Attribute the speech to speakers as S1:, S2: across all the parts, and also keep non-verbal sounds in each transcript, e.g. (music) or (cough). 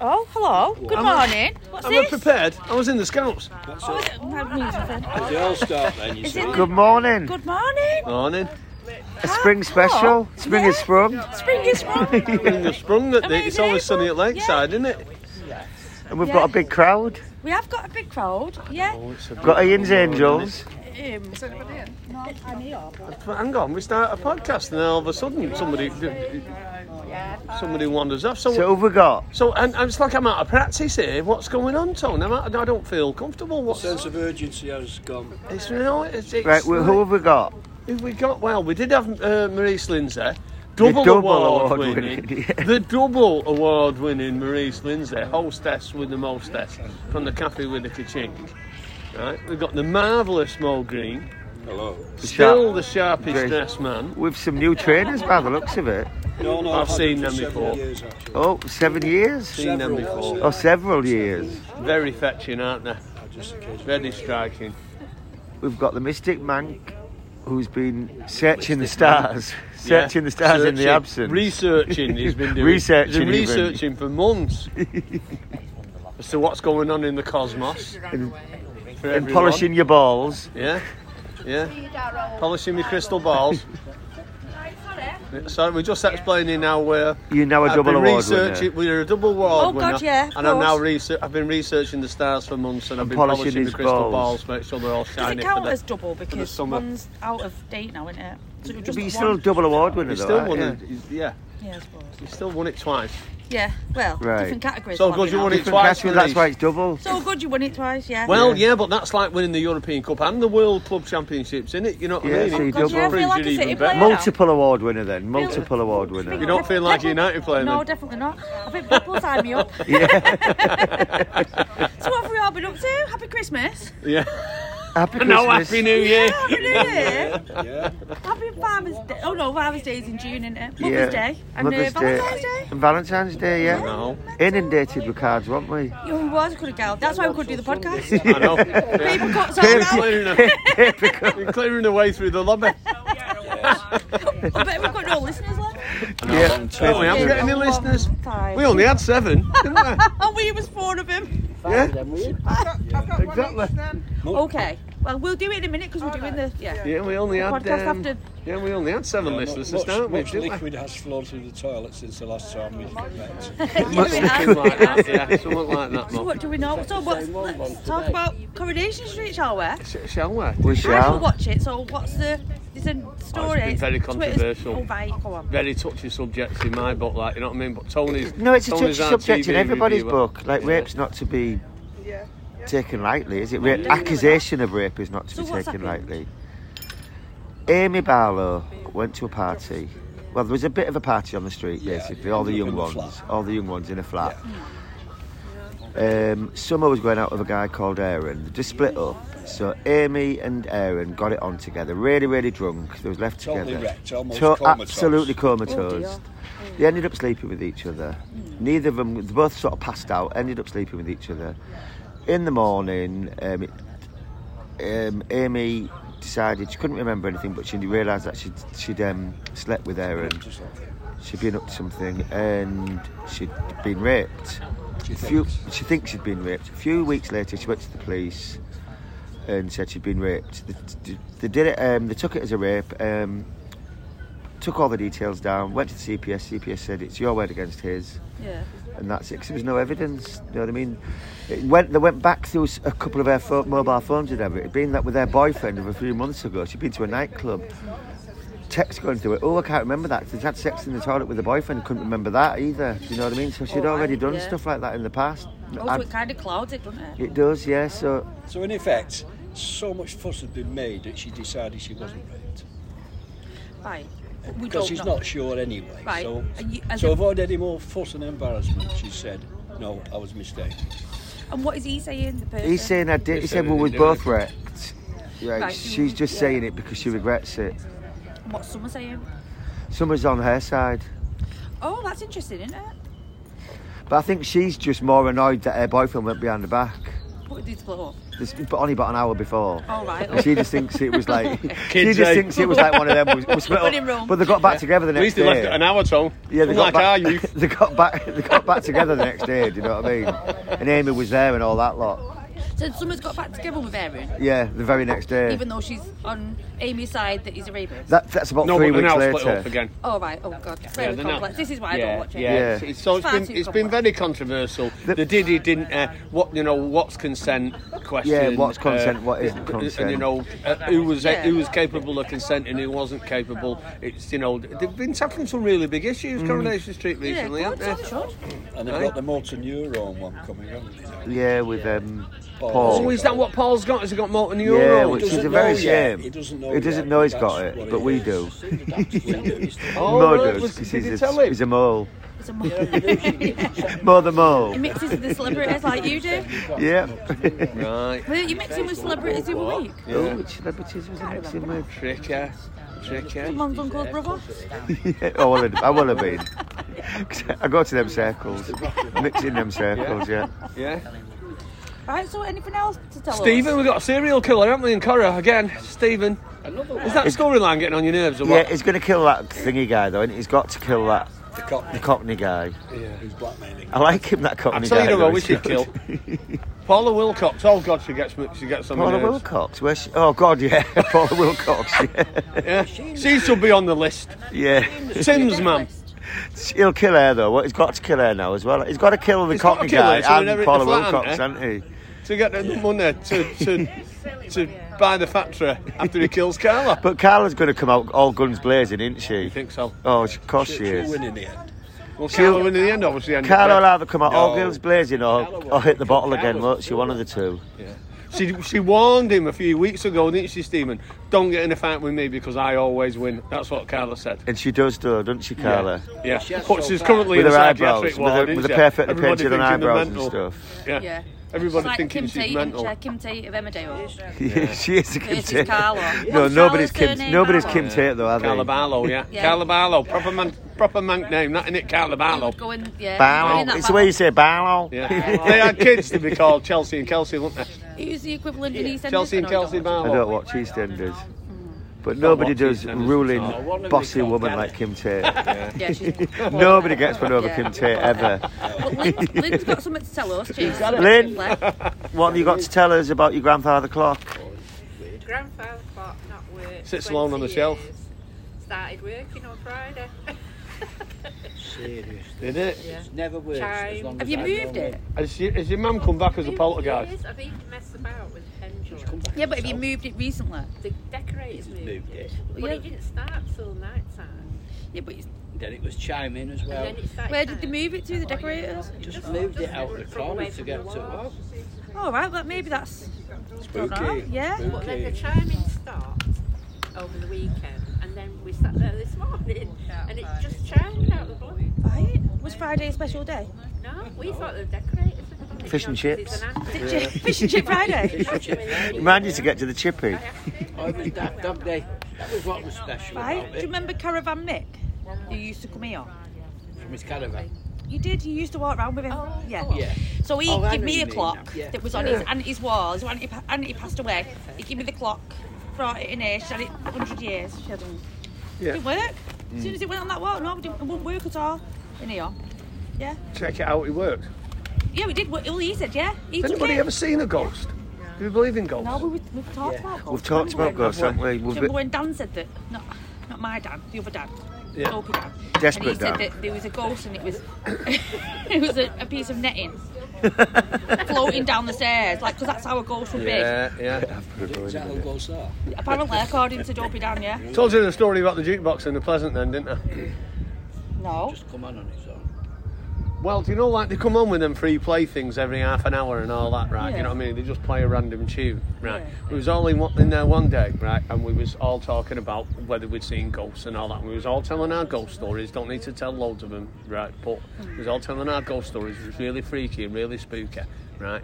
S1: Oh, hello. Good morning. What's
S2: Am I
S1: this?
S2: prepared? I was in the scouts.
S1: Oh, is it- no, music then.
S3: They all start then, you
S1: Is
S3: see.
S1: it-
S4: Good morning.
S1: Good morning.
S2: Morning.
S4: A spring
S1: Oh,
S4: special. Spring is sprung.
S1: Spring is sprung.
S2: In the sprung at the, it's
S1: Amazing.
S2: always sunny at Lakeside, isn't it?
S4: And we've got a big crowd.
S1: We have got a big crowd. Yeah.
S4: Got Ian's Angels.
S1: Um,
S2: But hang on, we start a podcast and then all of a sudden somebody somebody wanders off. So
S4: So who have we got?
S2: so and, and it's like I'm out of practice here. What's going on, Tony? I'm out, I don't feel comfortable. What's
S3: Sense of urgency has gone.
S2: it's you know, it's, it's
S4: Right, well, who have we got?
S2: Who we got? Well, we did have uh, Marie Lindsay. Double,
S4: double
S2: award,
S4: award
S2: winning.
S4: winning, yeah.
S2: The double award winning Maurice Lindsay, hostess with the mostess from the Cafe with the Kachink. Right, we've got the marvellous Mo Green,
S3: Hello.
S2: still the sharpest
S4: Great.
S2: dressed man.
S4: With some new trainers by the looks of it.
S3: No, no,
S2: I've seen them
S3: several
S2: before.
S3: Years, actually.
S4: Oh, seven years?
S2: Seen them
S3: Several.
S2: before.
S4: Or several years.
S2: Very fetching, aren't they?
S3: Just in case.
S2: Very striking.
S4: We've got the Mystic Mank who's been searching the stars.
S2: Yeah.
S4: Searching the stars in the
S2: Searching.
S4: absence.
S2: Researching, he's been doing.
S4: Researching
S2: He's been
S4: even.
S2: researching for
S4: (laughs)
S2: months as to what's going on in the cosmos. for
S4: And
S2: everyone.
S4: polishing your balls.
S2: Yeah, yeah. Polishing my crystal balls. Yeah, Sorry, we're just explaining now where
S4: You're now a
S2: I've
S4: double
S2: been
S4: award
S2: researching.
S4: winner.
S2: We're a double award
S1: Oh,
S2: winner,
S1: God, yeah, of
S2: and I'm now
S1: course.
S2: research. I've been researching the stars for months, and I've been
S4: polishing
S2: polishing, my
S4: his
S2: crystal
S4: balls.
S2: balls. to make sure they're all
S1: does
S2: shiny.
S1: it
S2: for
S1: count
S2: the-
S1: as double because
S2: summer.
S1: one's out of date now, isn't it? So just
S4: But you're still
S1: one-
S4: a double award winner,
S2: He
S4: though,
S2: still
S4: aren't
S2: won
S4: you?
S2: it. He's- Yeah,
S1: Yeah, I suppose.
S2: he still won it twice.
S1: Yeah. Well,
S4: Right.
S1: different categories.
S2: So
S1: one
S2: good you
S1: now.
S2: won it
S4: Different
S2: twice.
S4: category, that's
S2: Maurice.
S4: why it's double.
S1: So good you won it twice. Yeah.
S2: Well, yeah. but that's like winning the European Cup and the World Club Championships, isn't it? You know what
S4: Yeah,
S2: I mean?
S4: so you
S2: It
S4: double.
S1: Yeah, I feel like a
S2: proves you're
S1: City
S2: even
S1: player.
S2: better.
S4: Multiple award winner then. Multiple award winner.
S2: You don't feel like a United player
S1: No,
S2: then?
S1: definitely not. I think Bob will sign me up. (laughs)
S4: (laughs)
S1: so what have we all been up to? Happy Christmas.
S2: Yeah. (laughs)
S4: Happy
S2: No,
S4: Christmas.
S2: Happy
S1: (laughs)
S2: New Year.
S1: Happy New Year.
S3: (laughs) Yeah.
S1: Happy Father's Day. Oh no, Father's Day is in June, isn't it? Mother's Day. And
S4: Mother's
S1: uh, Valentine's Day.
S4: And Valentine's Day, yeah.
S2: No.
S4: Inundated with cards, weren't we?
S1: Yeah, we was, couldn't go. That's why we couldn't do the podcast.
S2: I know. (laughs) Yeah.
S1: People cut so
S2: You're
S1: well.
S4: (laughs)
S2: clearing, a, you're clearing the way through the lobby.
S1: (laughs) I bet we've got no listeners left.
S4: Yeah.
S2: Oh, we haven't got any listeners. We only had seven, didn't we?
S1: Oh, we was four of them.
S2: exactly.
S1: Okay. Well, we'll do it in a minute because we're doing the yeah.
S2: Yeah, we only had.
S1: Podcast
S2: Um,
S1: after- (laughs)
S2: yeah, we only had seven
S3: Not
S2: listeners to
S3: much,
S2: start with,
S3: much
S2: didn't we?
S3: liquid has flowed through the toilet since the last time we (laughs) met.
S2: Something like that, yeah, something like that.
S1: So
S2: Mark.
S1: what do we know? So what, let's talk about Coronation Street, shall we?
S2: Sh- Shall we?
S4: We
S1: I will
S4: shall.
S1: watch it. So what's the? There's a story.
S2: Oh, been very
S1: Twitter's-
S2: controversial.
S1: Oh, right, go on.
S2: Very touchy subjects in my book, like you know what I mean. But Tony's
S4: No, it's a touchy
S2: Tony's our
S4: subject in
S2: TV
S4: everybody's
S2: reviewer.
S4: book. Like, rape's not to be taken lightly, is it? Rape, accusation of rape is not to
S1: So
S4: be
S1: what's
S4: taken
S1: happened?
S4: lightly. Amy Barlow went to a party. Well, there was a bit of a party on the street,
S3: Yeah,
S4: basically. all the
S3: in
S4: young
S3: the
S4: ones,
S3: flat.
S4: all the young ones in a flat. Um, Summer was going out with a guy called Aaron. They just split up. So Amy and Aaron got it on together. Really, really drunk. They was left
S3: Totally
S4: together.
S3: wrecked, almost comatose.
S4: absolutely
S1: Oh, dear.
S4: comatose. They ended up sleeping with each other. Neither of them, they both sort of passed out, ended up sleeping with each other. In the morning, um, it- um, Amy decided she couldn't remember anything, but she realised that she'd, she'd um, slept with Aaron.
S3: Just like that.
S4: She'd been up to something and she'd been raped.
S3: She
S4: A few,
S3: thinks.
S4: she thinks she'd been raped. A few weeks later, she went to the police and said she'd been raped. They, they- they did it. Um, they took it as a rape. Um, took all the details down. Went to the CPS. CPS said it's your word against his,
S1: Yeah.
S4: and that's it. 'cause there was no evidence. You know what I mean? It went. They went back through s- a couple of her pho- mobile phones and everything. It'd been that with her boyfriend of a few months ago. She'd been to a nightclub. Text going through it. Oh, I can't remember that. She'd had sex in the toilet with a boyfriend. Couldn't remember that either. Do you know what I mean? So she'd
S1: Alright,
S4: already done
S1: Oh, yeah.
S4: stuff like that in the past.
S1: Oh, so it kind of clouds it, doesn't it?
S4: It does, yeah. So
S3: So in effect, so much fuss had been made that she decided she wasn't raped.
S1: Right. We
S3: Because
S1: don't
S3: she's
S1: know.
S3: not sure anyway.
S1: Right.
S3: So,
S1: And you- as
S3: so
S1: a-
S3: avoid any more fuss and embarrassment, she said. No, I was mistaken.
S1: And what is he saying? The person.
S4: he's saying I did. He
S2: He's
S4: said
S2: saying
S4: we
S2: he
S4: was
S2: did
S4: both
S2: it.
S4: wrecked. Right.
S1: Right.
S4: She's just
S1: Yeah.
S4: saying it because she regrets it.
S1: And what's someone saying?
S4: Summer's on her side,
S1: Oh, that's interesting, isn't it?
S4: but I think she's just more annoyed that her boyfriend went behind her back.
S1: What did they split up?
S4: They this, but only about an hour before.
S1: All right.
S4: And she just thinks it was like.
S1: (laughs)
S4: she
S2: Kids,
S4: just
S2: eh?
S4: thinks it was like one of them. Was, was split up.
S1: Running room.
S4: But they got back together the
S2: At
S4: next
S2: least
S4: day.
S2: they left it an hour, Tom.
S4: Yeah, they got
S2: Unlike our
S4: (laughs) back.
S2: youth.
S4: they got back. They got back together the next day. Do you know what I mean? And Amy was there and all that lot.
S1: So someone's got back together with Erin,
S4: Yeah, the very next day.
S1: even though she's on Amy's side that he's a rapist.
S4: That, that's about
S2: No,
S4: three
S2: but they're
S4: weeks
S2: now
S4: later.
S2: split up again.
S1: oh, right. Oh, God. Very
S2: they're not-
S1: complex. This is why I
S2: yeah,
S1: don't watch it.
S2: Yeah,
S4: Yeah.
S2: It's, so it's
S1: Far
S2: been
S1: too
S2: it's been
S1: complex.
S2: very controversial.
S4: The-
S2: The, did he didn't uh, what you know what's consent question.
S4: Yeah, what's
S2: uh,
S4: consent, what
S2: uh,
S4: isn't
S2: And, you
S4: consent.
S2: know uh, who was
S1: Yeah.
S2: who was capable of consent and who wasn't capable. It's you know they've been tackling some really big
S4: Mm.
S2: issues. Coronation Street
S1: Yeah,
S2: recently,
S1: God,
S2: haven't they?
S1: so should.
S3: And they've got the motor neuron one coming (laughs) on.
S4: Yeah, with um,
S3: Paul.
S4: Paul.
S2: Oh, is that what Paul's got? Has he got motor
S4: yeah,
S2: neuron?
S4: which is
S3: doesn't
S4: a very
S3: know yet.
S4: shame.
S3: He doesn't know
S4: He doesn't
S3: yet,
S4: know he's
S3: but
S4: got
S3: that's
S4: it,
S3: what
S4: but
S3: it
S4: we
S3: is.
S4: do. (laughs)
S2: Oh,
S4: Mo
S2: right, listen,
S4: does because
S2: did he
S4: he's,
S2: tell
S4: a,
S2: him?
S4: he's a mole.
S1: It's a (laughs) mole.
S4: Mo the mole.
S1: mixes with the celebrities like you do.
S4: Yeah.
S2: Right.
S1: Well, you mix in with celebrities every week.
S4: Oh, which celebrities was he mixing with?
S2: Tricker, tricker.
S1: Mum's uncle's brother.
S4: Yeah, I will have, I will have been. 'Cause I go to them circles, mixing them circles. Yeah.
S2: Yeah.
S1: Right, so anything else to tell
S2: Stephen,
S1: us?
S2: we've got a serial killer, haven't we, in Cora again? Stephen, is that storyline getting on your nerves or
S4: Yeah,
S2: what?
S4: he's going to kill that thingy guy though, and he's got to kill that
S3: The cop
S4: the Cockney guy.
S3: who's blackmailing.
S4: I like him, that Cockney
S2: I'll
S4: guy.
S2: tell you
S4: though,
S2: who I wish
S4: he's
S2: he'd kill. Paula Wilcox. Oh God, she gets she gets on my
S4: Paula
S2: nerves.
S4: Wilcox. Where's she? Oh God, yeah, (laughs) Paula Wilcox. Yeah,
S2: Yeah, she should be on the
S3: (laughs)
S2: list.
S4: yeah.
S2: Tim's mum.
S4: He'll kill her though. What he's got to kill her now as well. He's got to kill the
S2: He's got to
S4: Cockney
S2: kill her,
S4: guy
S2: so we never
S4: and
S2: hit the
S4: Paula
S2: flat, eh?
S4: Wilcox,
S2: haven't
S4: hasn't he?
S2: to get the
S3: (laughs)
S2: money to to, to buy the factory after he kills Carla.
S4: (laughs) But Carla's going to come out all guns blazing, isn't she?
S2: You think so?
S4: Oh, of course she
S3: She'll
S4: is.
S3: win in the end.
S2: Well, Carla win in the end, obviously. ended
S4: Carla will
S2: up
S4: either come out all guns blazing or, or Oh, hit the bottle again, won't she? One of the two.
S2: dead. She she warned him a few weeks ago, didn't she, Stephen? Don't get in a fight with me because I always win. That's what Carla said.
S4: And she does, though, doesn't she, Carla? (laughs)
S2: Yeah,
S3: She has
S2: But
S3: so
S2: she's
S3: bad.
S2: currently
S4: With
S2: in
S4: her
S2: a
S4: eyebrows,
S2: psychiatric
S4: with
S2: ward,
S4: her,
S2: isn't
S4: with her
S2: she?
S4: perfectly
S2: Everybody
S4: painted on
S2: thinking they're
S4: eyebrows and
S2: mental.
S4: stuff.
S2: Yeah.
S1: Yeah.
S2: Everybody
S1: like
S2: thinking
S1: Kim
S2: she's
S1: Tate
S2: mental.
S1: and Kim Tate of Emmerdale.
S4: Yeah. she is a Kim
S1: This is
S4: Tate. (laughs)
S1: Carla.
S4: No,
S1: What's
S4: nobody's
S1: Carla's
S4: Kim.
S1: surname,
S4: Nobody's
S1: Carla?
S4: Kim Tate though, are they?
S2: Calabarlo, yeah.
S1: (laughs) Yeah.
S2: Calabarlo, proper man, proper mank name. That in it, Calabarlo.
S1: Go in, yeah. go in
S4: Barlow.
S1: that
S4: It's the way you say Barlow.
S2: Yeah. they had kids to be called Chelsea and Kelsey, weren't they?
S1: barlow. Who's the equivalent in EastEnders?
S2: Chelsea and
S1: I don't
S2: Kelsey
S1: know.
S4: I
S2: Barlow.
S4: don't watch EastEnders.
S1: Mm-hmm.
S4: But nobody
S2: watch
S4: does
S2: EastEnders.
S4: ruling,
S2: Oh, what have they
S4: bossy
S2: got,
S4: woman
S2: Gavin?
S4: like Kim (laughs) Tate.
S1: Yeah, she's
S4: Nobody gets one over
S1: Yeah.
S4: Kim Tate ever.
S1: But Lynn, Lynn's got something to tell us. James.
S4: Lynn. What have you got to tell us about your grandfather clock?
S5: grandfather clock not worked.
S2: Sits alone on the
S5: 20
S2: shelf.
S5: years. Started working on Friday.
S6: Serious.
S2: Did it?
S5: (laughs)
S6: It's never works.
S5: Time.
S6: As long
S1: Have
S6: as
S1: you
S6: I've
S1: moved
S6: known
S1: it?
S2: Has, you, has your mum come back as a poltergeist?
S5: Years. I've even messed about with the pendulum.
S1: Yeah, but have you moved it recently?
S5: The decorators moved, it. But
S1: Yeah.
S5: it didn't start till night time.
S1: Yeah, but it's-
S6: Then it was chiming as
S5: And
S6: well.
S5: then it started
S1: where did they
S5: time.
S1: move it to? The decorators?
S6: Just moved it
S5: Just
S6: out the
S5: from away
S6: corner to
S5: from
S6: get
S5: the
S6: to
S5: wall.
S6: us.
S1: All Oh, right, well, maybe that's. don't know.
S3: Spooky.
S1: Yeah.
S5: But then the chiming stopped over the weekend. And then we sat there this morning and it just chimed out the blue.
S1: Right. Was Friday a special day?
S5: No, we thought the decorators had done it.
S4: Fish and
S5: you know, 'cause
S4: chips.
S5: it's (laughs)
S1: Did you- Fish and chip Friday.
S5: an
S4: Remind you to get to the chippy.
S6: Oh, it was Daft Dog Day. That was what was special
S1: Right.
S6: about
S1: Do you
S6: it.
S1: remember Caravan Mick? Who used to come here?
S6: From his caravan.
S1: You did. You used to walk around with him. yeah.
S6: Yeah.
S1: So he
S6: Oh, I
S1: gave
S6: know
S1: me
S6: you
S1: a
S6: mean
S1: clock
S6: now. Yeah.
S1: that was on his auntie's wall. His auntie, pa- auntie passed away. He gave me the clock. Brought it in here. She had it 100 years. She had it.
S2: Yeah.
S1: Didn't work. As
S6: Mm.
S1: soon as it went on that wall, no, it, didn't, it wouldn't work at all. In here.
S2: Check it out, it worked.
S1: Yeah, we did. work- Well, he said, yeah. He
S2: Has
S1: took
S2: anybody
S1: it.
S2: ever seen a ghost? Do you believe in ghosts?
S1: No, we, we- we've talked about
S4: We've talked about ghosts, haven't we?
S1: Do you
S4: We've
S1: remember when Dan said that? Not, not my Dan, the other Dan.
S2: Yeah.
S1: Dopey Dan.
S4: Desperate
S1: and he
S4: Dan.
S1: said that there was a ghost and it was (laughs) it was a, a piece of (laughs) netting floating down the stairs, like because that's how a ghost would
S2: Yeah, yeah.
S6: Is that how goes that?
S1: be. Apparently, according to Dopey Dan, yeah.
S2: Told you the story about the jukebox in the Pleasant then, didn't I?
S1: No. (laughs)
S6: Just come on on its own.
S2: Well, do you know, like they come on with them free play things every half an hour and all that, right?
S1: Yeah.
S2: You know what I mean? They just play a random tune, right?
S1: Yeah.
S2: We was all in, one- in there one day, right? And we was all talking about whether we'd seen ghosts and all that. We was all telling our ghost stories. Don't need to tell loads of them, right? But we was all telling our ghost stories. It was really freaky and really spooky, right?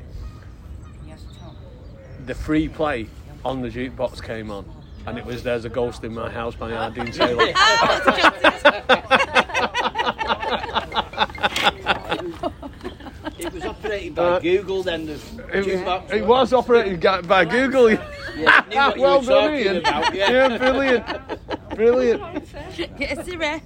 S2: The free play on the jukebox came on, and it was "There's a Ghost in My House" by Ardeen Taylor.
S1: Ah, that's a joke.
S6: (laughs) It was operated by Google then. The
S2: Uh, It
S6: jukebox
S2: was, it was operated ga- by Google.
S6: Yeah, knew what you
S2: well
S6: were
S2: done,
S6: talking
S2: Ian.
S6: about. Yeah.
S2: (laughs) yeah, brilliant. Brilliant.
S1: Get a Siri.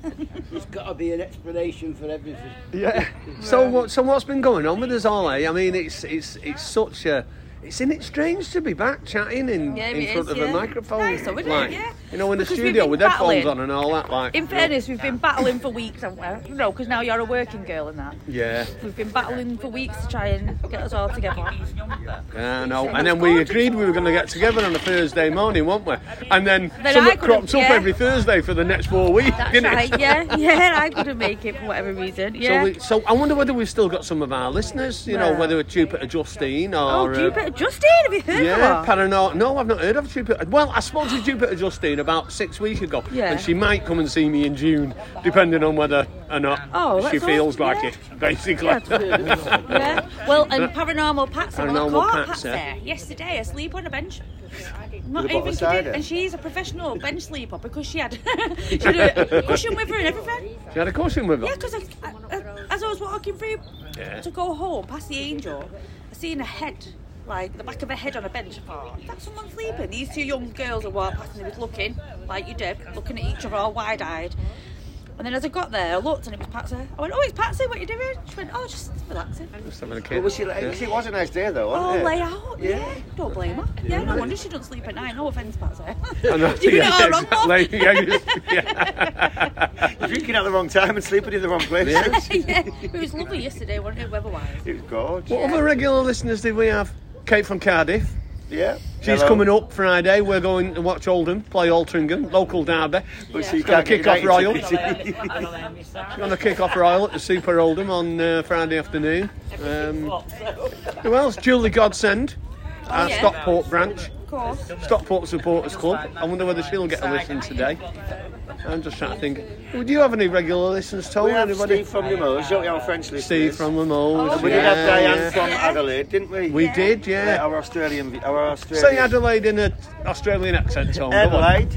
S6: There's got to be an explanation for everything.
S2: Yeah. So what? So what's been going on with us all? Eh? I mean, it's it's it's such a. It's in it strange to be back chatting in,
S1: Yeah,
S2: in
S1: it
S2: front
S1: is,
S2: of a
S1: yeah.
S2: microphone.
S1: Nice though, isn't it?
S2: like,
S1: Yeah.
S2: You know, in the
S1: Because we've
S2: studio
S1: been
S2: with headphones
S1: battling.
S2: on and all that. Like.
S1: In fairness, we've been battling for weeks, haven't we? You know, because now you're a working girl and that.
S2: Yeah.
S1: We've been battling for weeks to try and get us all together.
S2: Yeah, I know. And then we agreed we were going to get together on a Thursday morning, weren't
S1: (laughs)
S2: we? And then,
S1: Then I
S2: something
S1: couldn't,
S2: cropped up
S1: yeah.
S2: every Thursday for the next four weeks,
S1: That's
S2: didn't
S1: right, (laughs)
S2: it?
S1: yeah, yeah, I couldn't make it for whatever reason. Yeah.
S2: So, we, so I wonder whether we've still got some of our listeners, you know,
S1: Yeah.
S2: whether it's Jupiter Justine
S1: oh,
S2: or. uh,
S1: Jupiter. Justine, have you heard
S2: Yeah,
S1: of her?
S2: Parano. No, I've not heard of Jupiter. Well, I spoke to Jupiter Justine about six weeks ago,
S1: Yeah.
S2: and she might come and see me in June, depending on whether or not
S1: Oh, that's
S2: she
S1: all-
S2: feels like
S1: yeah.
S2: it, basically.
S1: yeah. Well, and Paranormal Patsy. Well, I
S2: Paranormal
S1: caught
S2: Patsy.
S1: Patsy yesterday asleep on a bench. Not
S4: With a bottle
S1: even
S4: of cider.
S1: kidding. And she's a
S4: (laughs)
S1: professional bench sleeper because she had, (laughs) she had a cushion with her and everything.
S2: she had a caution with her.
S1: Yeah, because I, I, as I was walking through
S2: Yeah.
S1: to go home past the angel, I seen a head, like the back of a head on a bench. I thought, Is that someone sleeping? These two young girls are walking past and they was looking, like you did, looking at each other all wide eyed. And then as I got there, I looked and it was Patsy. I went, Oh, it's Patsy, what are you doing? She went, Oh, just relaxing.
S2: Just having a kid.
S4: It was, it was- it was a nice day though, wasn't
S1: Oh,
S4: it?
S1: lay out, yeah.
S4: Yeah.
S1: Don't blame her. Yeah, no wonder she doesn't sleep at night. No offence, (laughs) Patsy.
S2: I know,
S1: Doing
S2: yeah,
S1: it all wrong, Bob.
S2: exactly. Yeah,
S1: (laughs)
S2: you- yeah.
S4: Drinking at the wrong time and sleeping in the wrong (laughs) places.
S1: yeah, it was lovely yesterday, wasn't it, weather wise?
S4: it was gorgeous.
S2: What other regular listeners did we have? Kate from Cardiff.
S4: Yeah.
S2: She's
S4: Hello.
S2: coming up Friday. We're going to watch Oldham play Altrincham, local derby.
S4: But she
S2: She's going to
S4: can't get
S2: kick off Royal.
S4: United
S2: She's
S4: to beat it.
S2: going to kick off Royal at the Super Oldham on uh, Friday afternoon. Um, who else? Julie Godsend,
S4: Oh,
S2: our
S1: yeah.
S2: Stockport branch.
S1: Of course.
S2: Stockport Supporters Club. I wonder whether she'll get a listen today. I'm just trying to think. Do you have any regular listeners, Tony?
S4: We have
S2: Anybody?
S4: Steve from Limoges, don't we, our French listeners?
S2: Oh, Steve from Limoges.
S4: Oh, We did
S2: yeah,
S4: have Diane
S2: yeah.
S4: from Adelaide, didn't we?
S2: We did,
S4: Yeah,
S2: yeah.
S4: our Australian, our Australian.
S2: Say Adelaide in an Australian accent, Tom. come on.
S4: Adelaide.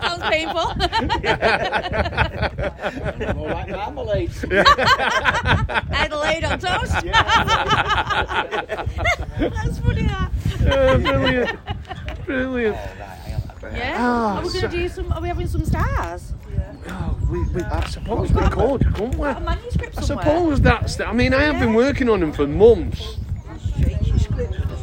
S1: That was (laughs) painful.
S6: More like marmalade.
S1: Adelaide on toast. (laughs) That's funny. That.
S2: (laughs) Oh, brilliant. Brilliant.
S1: Yeah.
S2: Oh,
S1: are we
S2: so-
S1: going to do some? Are we having some stars?
S2: Oh, we, we, I suppose we could, couldn't we?
S1: A manuscript
S2: I
S1: somewhere.
S2: suppose that's. The, I mean, I have been working on them for months.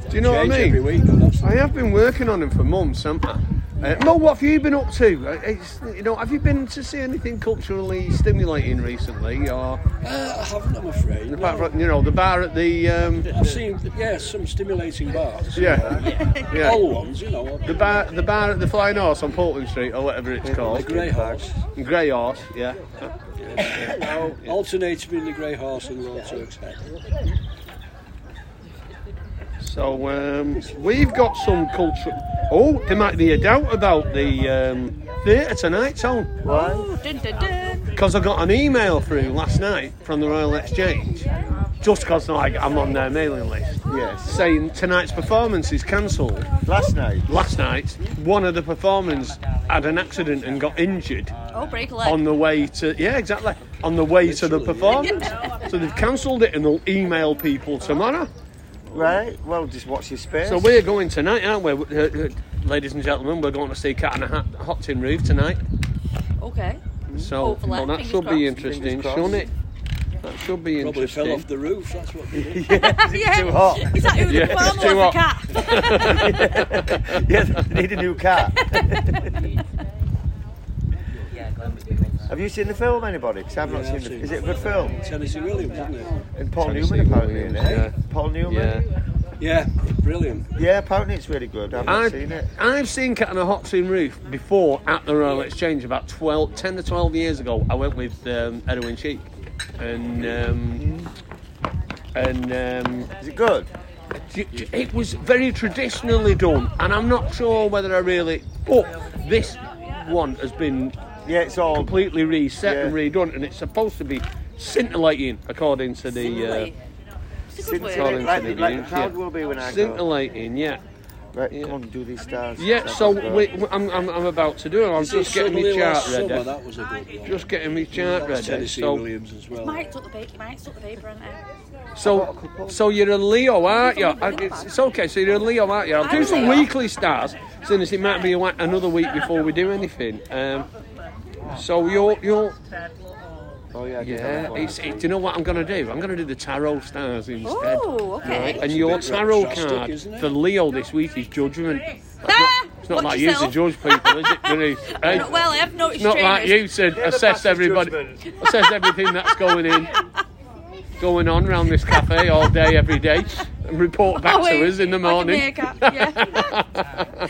S2: Do you know what I
S3: Change
S2: mean?
S3: every week, and that's
S2: I have been working on him for months, haven't I? Uh, Mo, what have you been up to? Uh, It's, you know, have you been to see anything culturally stimulating recently, or
S3: Uh, I haven't, I'm afraid.
S2: apart from you know the bar at the um,
S3: I've seen, yeah, some stimulating bars.
S2: yeah, Oh. yeah.
S3: Old ones, you know.
S2: The bar, the bar at the Flying Horse on Portland Street, or whatever it's
S3: The
S2: called,
S3: Grey Horse.
S2: Grey Horse, yeah.
S3: Alternates between the Grey Horse and Royal Turk's Head.
S2: So um, we've got some culture. Oh, there might be a doubt about the um, theatre tonight, Tom.
S1: Ooh, dun, dun, dun.
S2: because I got an email through last night from the Royal Exchange, just because like I'm on their mailing list,
S4: Yes.
S2: saying tonight's performance is cancelled.
S4: Last night.
S2: Last night, one of the performers had an accident and got injured
S1: Oh, break a leg.
S2: on the way to yeah exactly on the way to the performance. So they've cancelled it and they'll email people tomorrow.
S4: Right. Well, just watch your space.
S2: So
S4: (laughs)
S2: we're going tonight, aren't we, Uh, uh, ladies and gentlemen? We're going to see Cat and a Hat, Hot Tin Roof tonight.
S1: okay.
S2: So
S1: Hopefully.
S2: well, that
S1: Fingers
S2: should be
S1: crossed.
S2: interesting,
S4: Fingers crossed.
S2: shouldn't it? That should be
S3: Probably
S2: interesting.
S3: fell off the roof, that's what
S2: (laughs)
S3: they did.
S1: yeah.
S4: too
S1: (laughs)
S4: hot? (laughs)
S1: Is that who
S2: Yeah,
S1: the
S2: it's
S1: farmer
S2: too uh,
S1: was? The cat. (laughs)
S2: (laughs)
S4: yeah, they need a new car. Have you seen the film, anybody? 'Cause I've not
S3: Yeah,
S4: seen
S3: I've
S4: the
S3: seen
S4: Is
S3: it.
S4: it a good film?
S3: Tennessee Williams, isn't it?
S4: And Paul
S2: Tennessee
S4: Newman, apparently, in
S2: Williams,
S4: it.
S2: yeah.
S4: Paul
S2: Yeah.
S4: Newman?
S3: Yeah, brilliant.
S4: Yeah. apparently it's really good. I've not seen it.
S2: I've, I've seen Cat on a Hot Tin Roof before at the Royal Exchange about 12, 10 to 12 years ago. I went with um, Edwin Cheek and. Um, and um,
S4: Is it good?
S2: d- d- it was very traditionally done, and I'm not sure whether I really. But this one has been
S4: Yeah, it's all.
S2: completely reset and
S4: Yeah.
S2: redone, and it's supposed to be scintillating, according to the. Uh,
S1: It's a good
S4: Since-
S1: word.
S2: Colin
S4: like,
S2: said it
S4: like the
S2: is,
S4: crowd
S2: yeah.
S4: will be when I go.
S2: Scintillating, yeah.
S4: Right, come on, do these stars.
S2: Yeah, so we, we- I'm, I'm, I'm about to do it. I'm just getting my chart
S3: last summer,
S2: ready.
S3: that was a good one.
S2: Just getting my
S3: That
S2: chart
S3: was
S2: ready.
S3: Tennessee
S2: So,
S3: Williams as well.
S1: Mike took the paper. Mike took the paper, and
S2: so, so you're a Leo, aren't you? And It's, it's okay. So you're a Leo, aren't you? I'll do some weekly stars, since it might be a wa- another week before we do anything. Um, so you're you're
S4: Oh, yeah, I did have
S2: yeah.
S4: one.
S2: It's, it, do you know what I'm gonna do? I'm gonna do the tarot stars instead.
S1: oh, (laughs) okay.
S2: And your
S3: It's a bit
S2: tarot
S3: drastic,
S2: card
S3: isn't it?
S2: for Leo this week is Judgment.
S1: Ah,
S2: It's not
S1: watch
S2: like
S1: yourself.
S2: you to judge people, is it, (laughs) Denise? Hey?
S1: Not- Well, I have noticed
S2: It's not like
S1: trainers.
S2: you to assess everybody, (laughs) assess everything that's going in, going on round this cafe all day, every day, and report back
S1: Oh,
S2: to
S1: wait,
S2: us in the
S1: like a
S2: morning.
S1: meerkat,
S2: (laughs)
S1: yeah.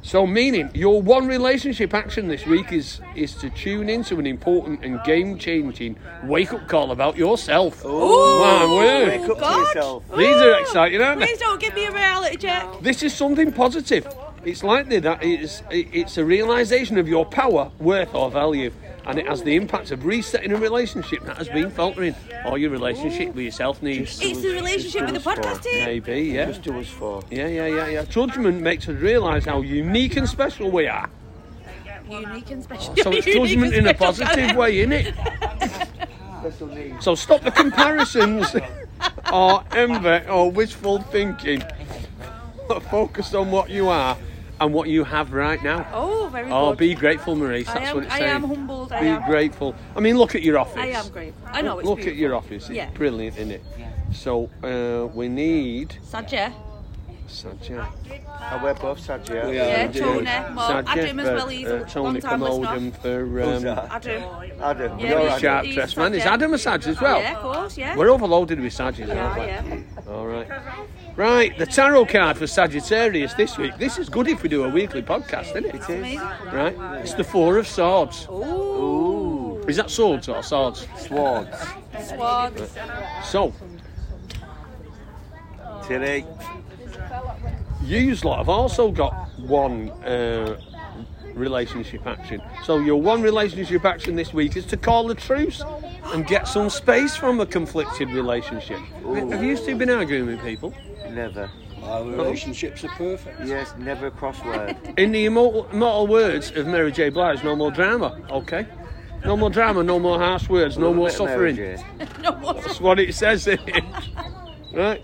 S2: So, meaning your one relationship action this week is is to tune into an important and game changing wake up call about yourself. my word!
S4: Wake up
S1: Oh, God.
S4: to yourself.
S2: These are
S1: Ooh.
S2: exciting, aren't they?
S1: Please don't give me a reality check.
S2: This is something positive. It's likely that it's it's a realization of your power, worth, or value, and it has the impact of resetting a relationship that has been faltering, or your relationship with yourself needs.
S1: It's the relationship with the podcast team.
S2: Maybe, yeah,
S4: Just do us four.
S2: yeah, yeah, yeah, yeah. Judgment makes us realise how unique and special we are.
S1: Unique and special. (laughs)
S2: So it's
S1: Unique
S2: judgment
S1: and
S2: in a
S1: special,
S2: positive
S1: Karen.
S2: way, isn't it? So stop
S1: (laughs)
S2: the comparisons, or envy, or wishful thinking. Focus on what you are and what you have right now.
S1: Oh, very
S2: Oh,
S1: good.
S2: be grateful, Maurice.
S1: I
S2: That's
S1: am-
S2: what it's
S1: I
S2: saying.
S1: am humbled, I
S2: be
S1: am.
S2: grateful. I mean, look at your office.
S1: I am grateful. I know it's
S2: Look at
S1: beautiful.
S2: your office. It's
S1: Yeah.
S2: brilliant, isn't it? So uh, we need
S1: Sajja.
S2: Sajja.
S4: I wear both sides, yeah.
S3: We are
S1: Yeah,
S3: indeed.
S1: Tony. Well,
S2: Sajja
S1: Adam as
S2: for,
S1: well. He's a
S2: uh, Tony
S1: long-time listener.
S2: Commodium for um,
S4: Who's that?
S1: Adam.
S4: Adam.
S1: Yeah,
S4: you're
S1: we
S4: Adam.
S1: should-
S2: Sharp
S1: He's
S2: Dress Man. Is
S1: Sajja.
S2: Adam a Sajj as well?
S1: Yeah, of course, yeah.
S2: We're overloaded with Sajjas,
S1: Yeah,
S2: aren't we?
S1: yeah.
S2: All right. Right, the tarot card for Sagittarius this week. This is good if we do a weekly podcast, isn't it? It
S1: Amazing.
S2: Right? It's the Four of Swords.
S1: Ooh.
S2: Is that swords or swords?
S4: Swords.
S1: Swords.
S2: So,
S4: Tilly.
S2: Yous lot have also got one uh, relationship action. So your one relationship action this week is to call a truce and get some space from a conflicted relationship. Have you two been arguing with people?
S4: Never.
S3: Our relationships are perfect.
S4: Yes, never a crossword.
S2: In the immortal, immortal words of Mary J. Blige, no more drama, okay? No more drama, no more harsh words, no more suffering.
S1: No more.
S2: That's what it says here. (laughs) right?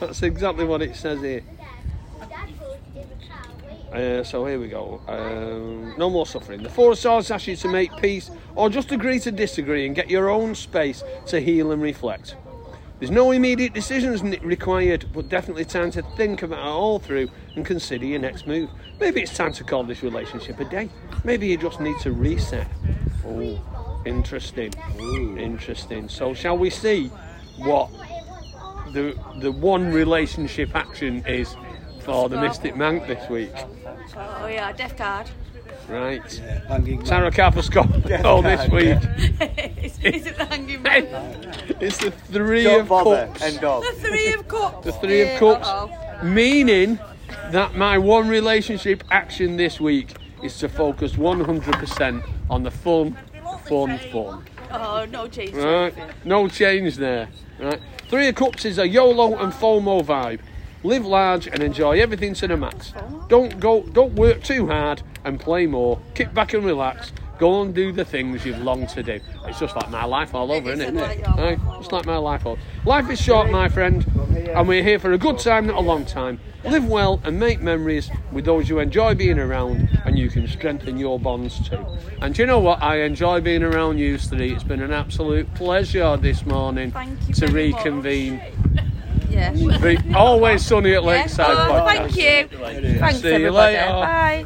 S2: That's exactly what it says here. Uh, so here we go. Um, no more suffering. The Four of Swords asks you to make peace or just agree to disagree and get your own space to heal and reflect. There's no immediate decisions n- required, but definitely time to think about it all through and consider your next move. Maybe it's time to call this relationship a day. Maybe you just need to reset. Oh, interesting. Interesting. So, shall we see what the the one relationship action is for the Mystic Mank this week?
S1: Oh, yeah, death card.
S2: Right.
S3: Hanging man.
S2: Sarah (laughs) Carpasco all this week. (laughs)
S1: is, is it the hanging (laughs) man?
S2: It's the three
S4: Don't
S2: of
S4: bother.
S2: cups.
S4: End of.
S1: The three of cups.
S2: The three of
S1: Yeah,
S2: cups.
S1: uh-oh.
S2: Meaning that my one relationship action this week is to focus 100% on the fun, fun, fun.
S1: Oh, no change. to
S2: Right,
S1: anything.
S2: no change there. Right, Three of Cups is a YOLO and FOMO vibe. Live large and enjoy everything to the max. Don't go, don't work too hard and play more. Kick back and relax. Go and do the things you've longed to do. It's just like my life all over,
S1: It is
S2: isn't it?
S1: like your
S2: Right? Just like my life all. Life is short, my friend, and we're here for a good time, not a long time. Live well and make memories with those you enjoy being around, and you can strengthen your bonds too. And do you know what? I enjoy being around you three. It's been an absolute pleasure this morning
S1: Thank you
S2: to
S1: very much.
S2: reconvene.
S1: Yeah.
S2: The Always sunny at
S1: Yeah.
S2: Lakeside
S1: Oh,
S2: podcast.
S1: thank you. Thanks,
S2: See you
S1: everybody.
S2: later.
S1: Bye.